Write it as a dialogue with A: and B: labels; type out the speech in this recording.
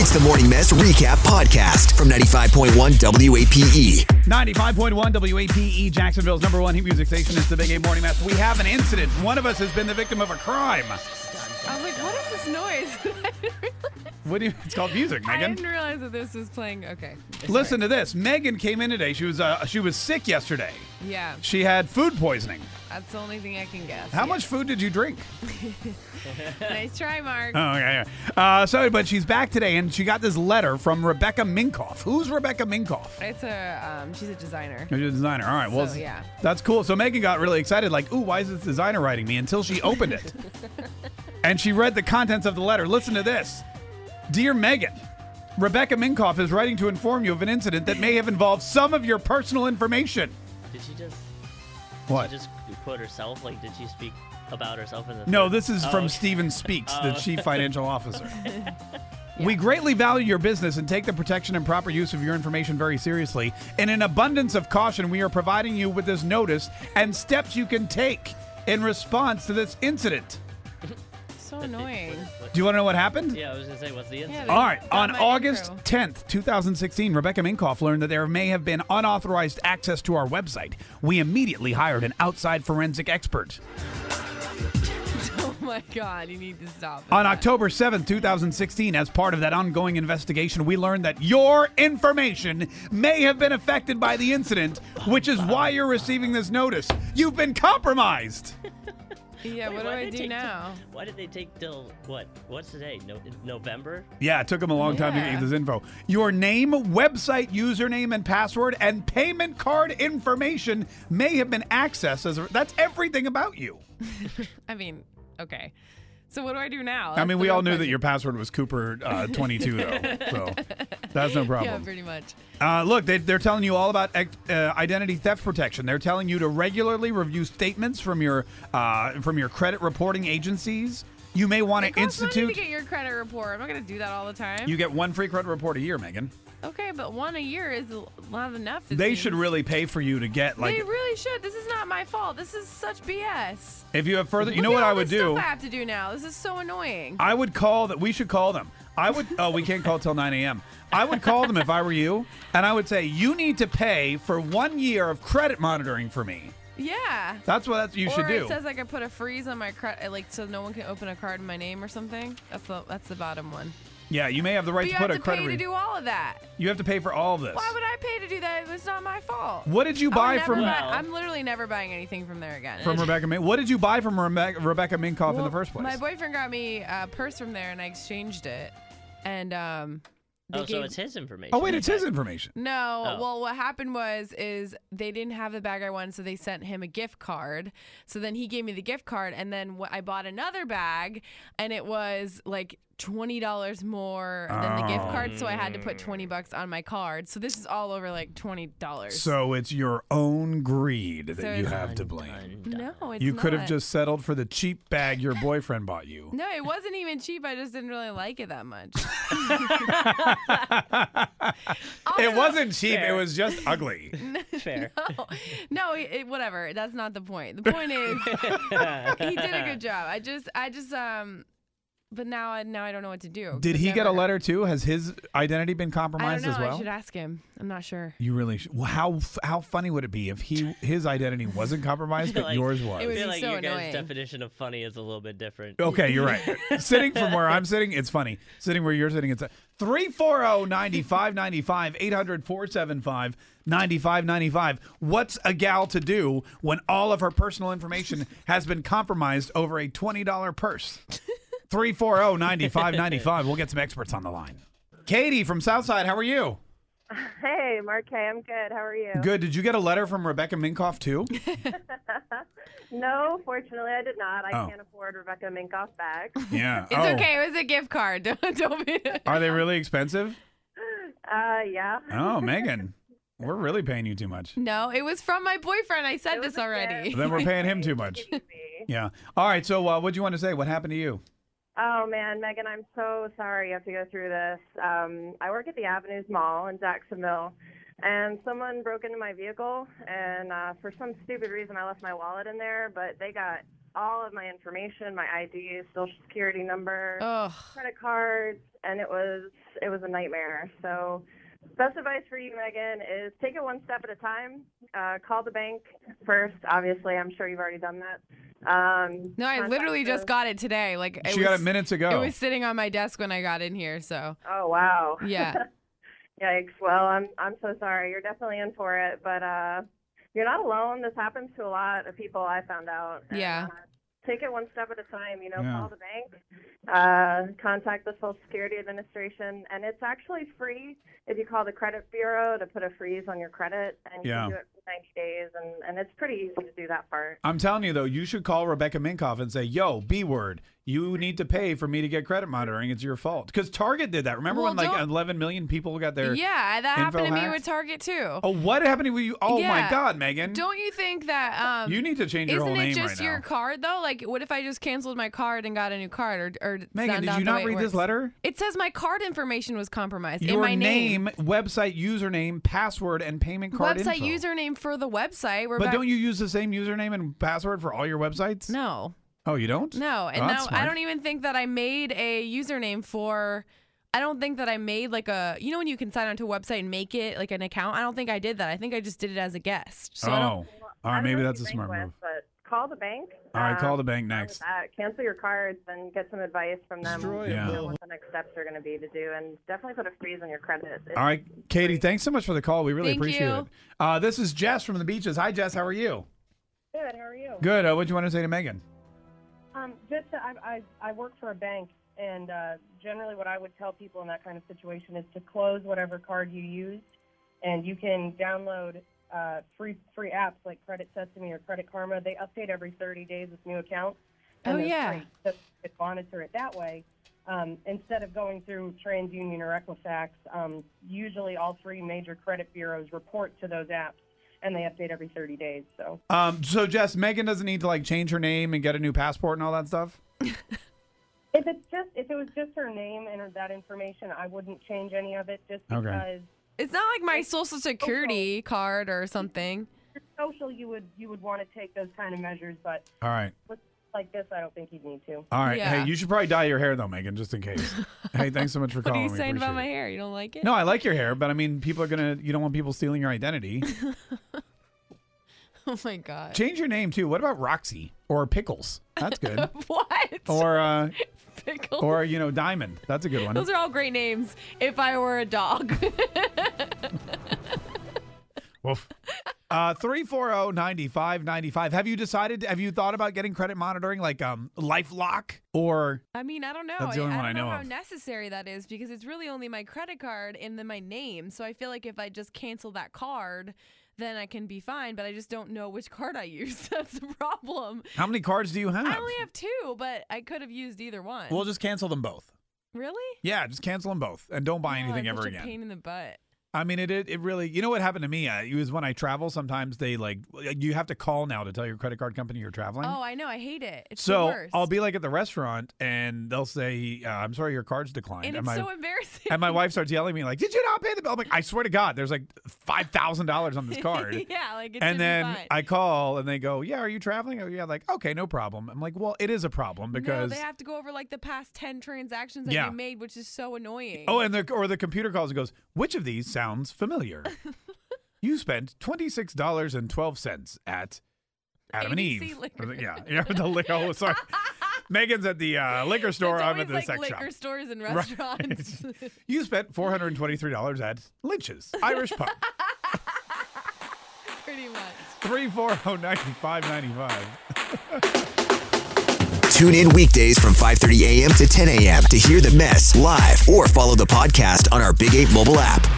A: It's the Morning Mess Recap Podcast from 95.1 WAPE.
B: 95.1 WAPE, E, Jacksonville's number one hit music station. It's the Big A Morning Mess. We have an incident. One of us has been the victim of a crime.
C: I was like, what is this noise?
B: What do you, it's called music,
C: I
B: Megan.
C: didn't realize that this was playing. Okay.
B: Listen to this. Megan came in today. She was uh, she was sick yesterday.
C: Yeah,
B: She had food poisoning.
C: that's the only thing I can guess.
B: How much food did you drink?
C: Nice try, Mark.
B: Oh, yeah. yeah. Uh, so, but she's back today, and she got this letter from Rebecca Minkoff. Who's Rebecca Minkoff?
C: It's a, um, she's a designer.
B: She's a designer. All right. Well,
C: So, yeah.
B: that's cool. So Megan got really excited, like, ooh, why is this designer writing me? Until she opened it. and she read the contents of the letter. Listen to this Dear Megan, Rebecca Minkoff is writing to inform you of an incident that may have involved some of your personal information.
D: Did she just
B: What?
D: She just put herself? Like, did she speak about herself in the?
B: No,
D: third-
B: this is
D: Oh,
B: from
D: okay.
B: Steven Speaks, the
D: Oh.
B: chief financial officer. We greatly value your business and take the protection and proper use of your information very seriously. In an abundance of caution, we are providing you with this notice and steps you can take in response to this incident.
C: So annoying.
D: What-
B: Do you want to know what happened?
D: Yeah, I was gonna say, what's the incident?
C: they-
B: All right.
C: Got
B: On
C: my
B: August
C: intro.
B: 10th, 2016, Rebecca Minkoff learned that there may have been unauthorized access to our website. We immediately hired an outside forensic expert.
C: Oh my God, you need to stop. with
B: On
C: that.
B: October 7th, 2016, as part of that ongoing investigation, we learned that your information may have been affected by the incident, which is why you're receiving this notice. You've been compromised.
C: Yeah,
D: Wait,
C: what do
D: why
C: I
D: did it
C: do
D: take till-
C: now?
D: why did they take till what? What's today? No, November.
B: Yeah, it took him a long time to get you
C: Yeah.
B: this info. Your name, website username and password, and payment card information may have been accessed. As a, that's everything about you.
C: I mean, okay. So what do I do now?
B: I
C: That's
B: mean,
C: the
B: we all
C: real
B: knew that your
C: question.
B: password was Cooper uh, 22, though. So that's no problem.
C: Yeah, pretty much.
B: Uh, look, they, they're telling you all about ex- uh, identity theft protection. They're telling you to regularly review statements from your uh, from your credit reporting agencies. You may want
C: It
B: to
C: costs money
B: institute.
C: to get your credit report. I'm not gonna do that all the time.
B: you get one free credit report a year, Megan.
C: okay, but one a year is not enough. it
B: They
C: seems.
B: should really pay for you to get like
C: they really should. This is not my fault. This is such BS.
B: if you have further. You know
C: Look
B: what
C: at all
B: I would
C: this stuff
B: do?
C: I have to do now. This is so annoying.
B: I would call that. We should call them. I would. Oh, we can't call till 9 a.m. I would call them if I were you, and I would say you need to pay for one year of credit monitoring for me.
C: yeah.
B: That's what that's, you
C: or
B: should do.
C: it says I could put a freeze on my credit, like so no one can open a card in my name or something. That's the that's the bottom one.
B: yeah, you may have the right
C: But you
B: to put
C: have
B: a
C: to
B: credit.
C: pay to
B: re-
C: do all of that.
B: you have to pay for all of this.
C: Why would I pay to do that? It was not my fault.
B: What did you
C: I would
B: buy
C: never
B: from
C: buy-
D: Wow.
C: I'm literally never buying anything from there again.
B: from Rebecca? Min- what did you buy from Rebecca, Rebecca Minkoff in
C: Well,
B: the first place?
C: My boyfriend got me a purse from there, and I exchanged it. And um, they
D: Oh, so
C: gave-
D: it's his information.
B: oh wait, it's his information.
C: No.
D: Oh.
C: Well, what happened was is they didn't have the bag I wanted, so they sent him a gift card. So then he gave me the gift card, and then wh- I bought another bag, and it was like twenty dollars more than the gift
B: Oh.
C: card. So I had to put twenty bucks on my card. So this is all over like twenty dollars.
B: So it's your own greed that
C: So
B: you
C: it's-
B: have to blame.
C: no, it's
B: You could have
C: not.
B: just settled for the cheap bag your boyfriend bought you.
C: No, it wasn't even cheap. I just didn't really like it that much.
B: it wasn't cheap. It
D: Fair.
B: was just ugly.
D: Fair.
C: no, it, it- whatever. That's not the point. The point is he did a good job. I just, I just, um, but now, I now I don't know what to do. 'cause
B: Did he
C: I've
B: get a
C: never-
B: letter too? Has his identity been
C: I don't
B: compromised
C: know.
B: as
C: I
B: well?
C: should ask him. I'm not sure.
B: you really should. Well, how f- how funny would it be if he his identity wasn't compromised but
D: Like,
B: yours
C: It
B: was?
C: would
D: I
C: be
D: feel like
C: so
D: your
C: annoying.
D: guys' definition of funny is a little bit different.
B: Okay, you're right. sitting from where I'm sitting, it's funny. Sitting where you're sitting, it's 340 9595 800 475 9595. What's a gal to do when all of her personal information has been compromised over a $20 purse? oh, 340 9595. We'll get some experts on the line. Katie from Southside, how are you?
E: Hey, Marque, I'm good. How are you?
B: Good. Did you get a letter from Rebecca Minkoff too?
E: No, fortunately, I did not. I
B: Oh.
E: can't afford Rebecca Minkoff bags.
B: Yeah. Oh,
C: It's okay. It was a gift card. Don't, don't be.
B: Are they really expensive?
E: Uh, yeah.
B: Oh, Megan, we're really paying you too much.
C: No, it was from my boyfriend. I said
E: It was
C: this
E: a
C: already.
E: gift.
B: Then we're paying him too much.
E: Easy.
B: Yeah. All right. So, uh, what do you want to say? What happened to you?
E: Oh man, Megan, I'm so sorry you have to go through this. Um, I work at the Avenues Mall in Jacksonville, and someone broke into my vehicle, and uh, for some stupid reason, I left my wallet in there, but they got all of my information, my ID, social security number,
C: Ugh.
E: credit cards, and it was it was a nightmare. So. Best advice for you, Megan, is take it one step at a time. Uh, call the bank first. Obviously, I'm sure you've already done that. Um,
C: No, I
E: contact
C: literally
E: the-
C: just got it today. Like it
B: she
C: was,
B: got it oh. minutes ago.
C: It was sitting on my desk when I got in here. So
E: Oh wow.
C: yeah,
E: Yikes. Well, I'm I'm so sorry. You're definitely in for it, but uh, you're not alone. This happens to a lot of people. I found out. And,
C: Yeah.
E: uh, Take it one step at a time. You know,
B: Yeah.
E: call the bank, uh, contact the Social Security Administration, and it's actually free if you call the credit bureau to put a freeze on your credit, and you
B: Yeah.
E: can do it for 90 days, and and it's pretty easy to do that part.
B: I'm telling you though, you should call Rebecca Minkoff and say, "Yo, B word, you need to pay for me to get credit monitoring. It's your fault." Because Target did that. Remember
C: Well,
B: when like
C: don't-
B: 11 million people got their?
C: yeah, that
B: Info
C: happened to me
B: hacked?
C: with Target too.
B: Oh, what happened to you? Oh my
C: Yeah.
B: God, Megan,
C: Don't you think that? Um,
B: you need to change your
C: isn't
B: whole
C: it
B: name
C: just
B: right
C: your
B: now.
C: card though? Like, what if I just canceled my card and got a new card? Or, or
B: Megan,
C: sound
B: did
C: out
B: you
C: the
B: not
C: way it
B: read this
C: works?
B: letter?
C: It says my card information was compromised
B: Your
C: in my name,
B: website username, password, and payment card
C: website
B: info.
C: username for the website. We're
B: But
C: back-
B: don't you use the same username and password for all your websites?
C: No,
B: Oh, you don't?
C: no, and
B: oh,
C: now
B: that's
C: I
B: smart.
C: don't even think that I made a username for. I don't think that I made like a. You know when you can sign onto a website and make it like an account. I don't think I did that. I think I just did it as a guest. So
B: oh,
C: I don't-
B: all
E: I
B: right.
E: don't know
B: Maybe
E: who
B: that's
E: you
B: a
E: bank
B: smart
E: with,
B: move.
E: But call the bank.
B: All right, call the
E: um,
B: bank
E: fine
B: next.
E: with that. Cancel your cards and get some advice from them.
B: Destroy
E: you
B: it,
E: know,
B: Bill.
E: what the next steps are going to be to do, and definitely put a freeze on your credit. It's-
B: All right, Katie, thanks so much for the call. We really
C: Thank
B: appreciate
C: you.
B: it. Uh, this is Jess from the beaches. Hi, Jess. How are you?
E: Good. How are you?
B: Good. Uh, what'd you want to say to Megan?
E: Um, just to, I, I I work for a bank, and uh, generally, what I would tell people in that kind of situation is to close whatever card you used, and you can download uh, free free apps like Credit Sesame or Credit Karma. They update every 30 days with new accounts. and
C: Oh,
E: they're
C: yeah.
E: free, So you can monitor it that way. Um, instead of going through TransUnion or Equifax, um, usually all three major credit bureaus report to those apps, and they update every 30 days. So.
B: Um, so, Jess, Megan doesn't need to like change her name and get a new passport and all that stuff.
E: If it's just if it was just her name and her, that information, I wouldn't change any of it just
B: Okay.
E: because
C: It's not like my social security card or something.
E: social you would you would want to take those kind of measures, but
B: All right.
E: with like this, I don't think you'd need to.
B: All right.
C: Yeah.
B: Hey, you should probably dye your hair though, Megan, just in case. hey, thanks so much for
C: What
B: calling.
C: are you
B: We
C: saying about my
B: appreciate it.
C: hair? You don't like it?
B: No, I like your hair, but I mean, people are gonna. You don't want people stealing your identity.
C: Oh my god.
B: Change your name too. What about Roxy or Pickles? That's good.
C: what?
B: or uh,
C: Pickle.
B: or you know, Diamond. That's a good one.
C: Those are all great names. If I were a dog.
B: Woof. Uh, 340-9595. Have you decided? Have you thought about getting credit monitoring, like um, LifeLock or?
C: I mean, I don't know.
B: That's the only
C: I,
B: one
C: I
B: I
C: don't
B: know
C: how
B: of.
C: necessary that is because it's really only my credit card and then my name. So I feel like if I just cancel that card, then I can be fine. But I just don't know which card I used. That's the problem.
B: How many cards do you have?
C: I only have two, but I could have used either one.
B: We'll just cancel them both.
C: really?
B: Yeah, just cancel them both and don't buy
C: Oh,
B: anything
C: it's
B: ever
C: such
B: again.
C: A pain in the butt.
B: I mean, it, it it really. You know what happened to me? Uh, it was when I travel. Sometimes they like you have to call now to tell your credit card company you're traveling.
C: Oh, I know. I hate it. It's the
B: so
C: worst.
B: I'll be like at the restaurant and they'll say, uh, "I'm sorry, your card's declined."
C: and it's
B: my,
C: so embarrassing.
B: and my wife starts yelling at me like, "Did you not pay the bill?" I'm like, "I swear to God, there's like five thousand dollars on this card."
C: yeah, like it should
B: and then
C: be fine.
B: I call and they go, "Yeah, are you traveling?" Oh, yeah, like, "Okay, no problem." I'm like, "Well, it is a problem because
C: no, they have to go over like the past ten transactions that
B: Yeah.
C: you made, which is so annoying.
B: Oh, and the or the computer calls and goes, "Which of these sounds familiar?" you spent $26.12 at Adam and
C: ABC
B: Eve.
C: liquor.
B: Yeah. Yeah, the liquor. Oh, sorry. Megan's at the uh, liquor store.
C: That's
B: I'm
C: always
B: at the
C: like
B: sex
C: liquor
B: shop.
C: stores and
B: Right.
C: restaurants.
B: You spent $423 at Lynch's Irish Pub.
C: Pretty much.
B: 340
A: Tune in weekdays from 5:30 a.m. to 10 a.m. to hear the mess live or follow the podcast on our Big 8 mobile app.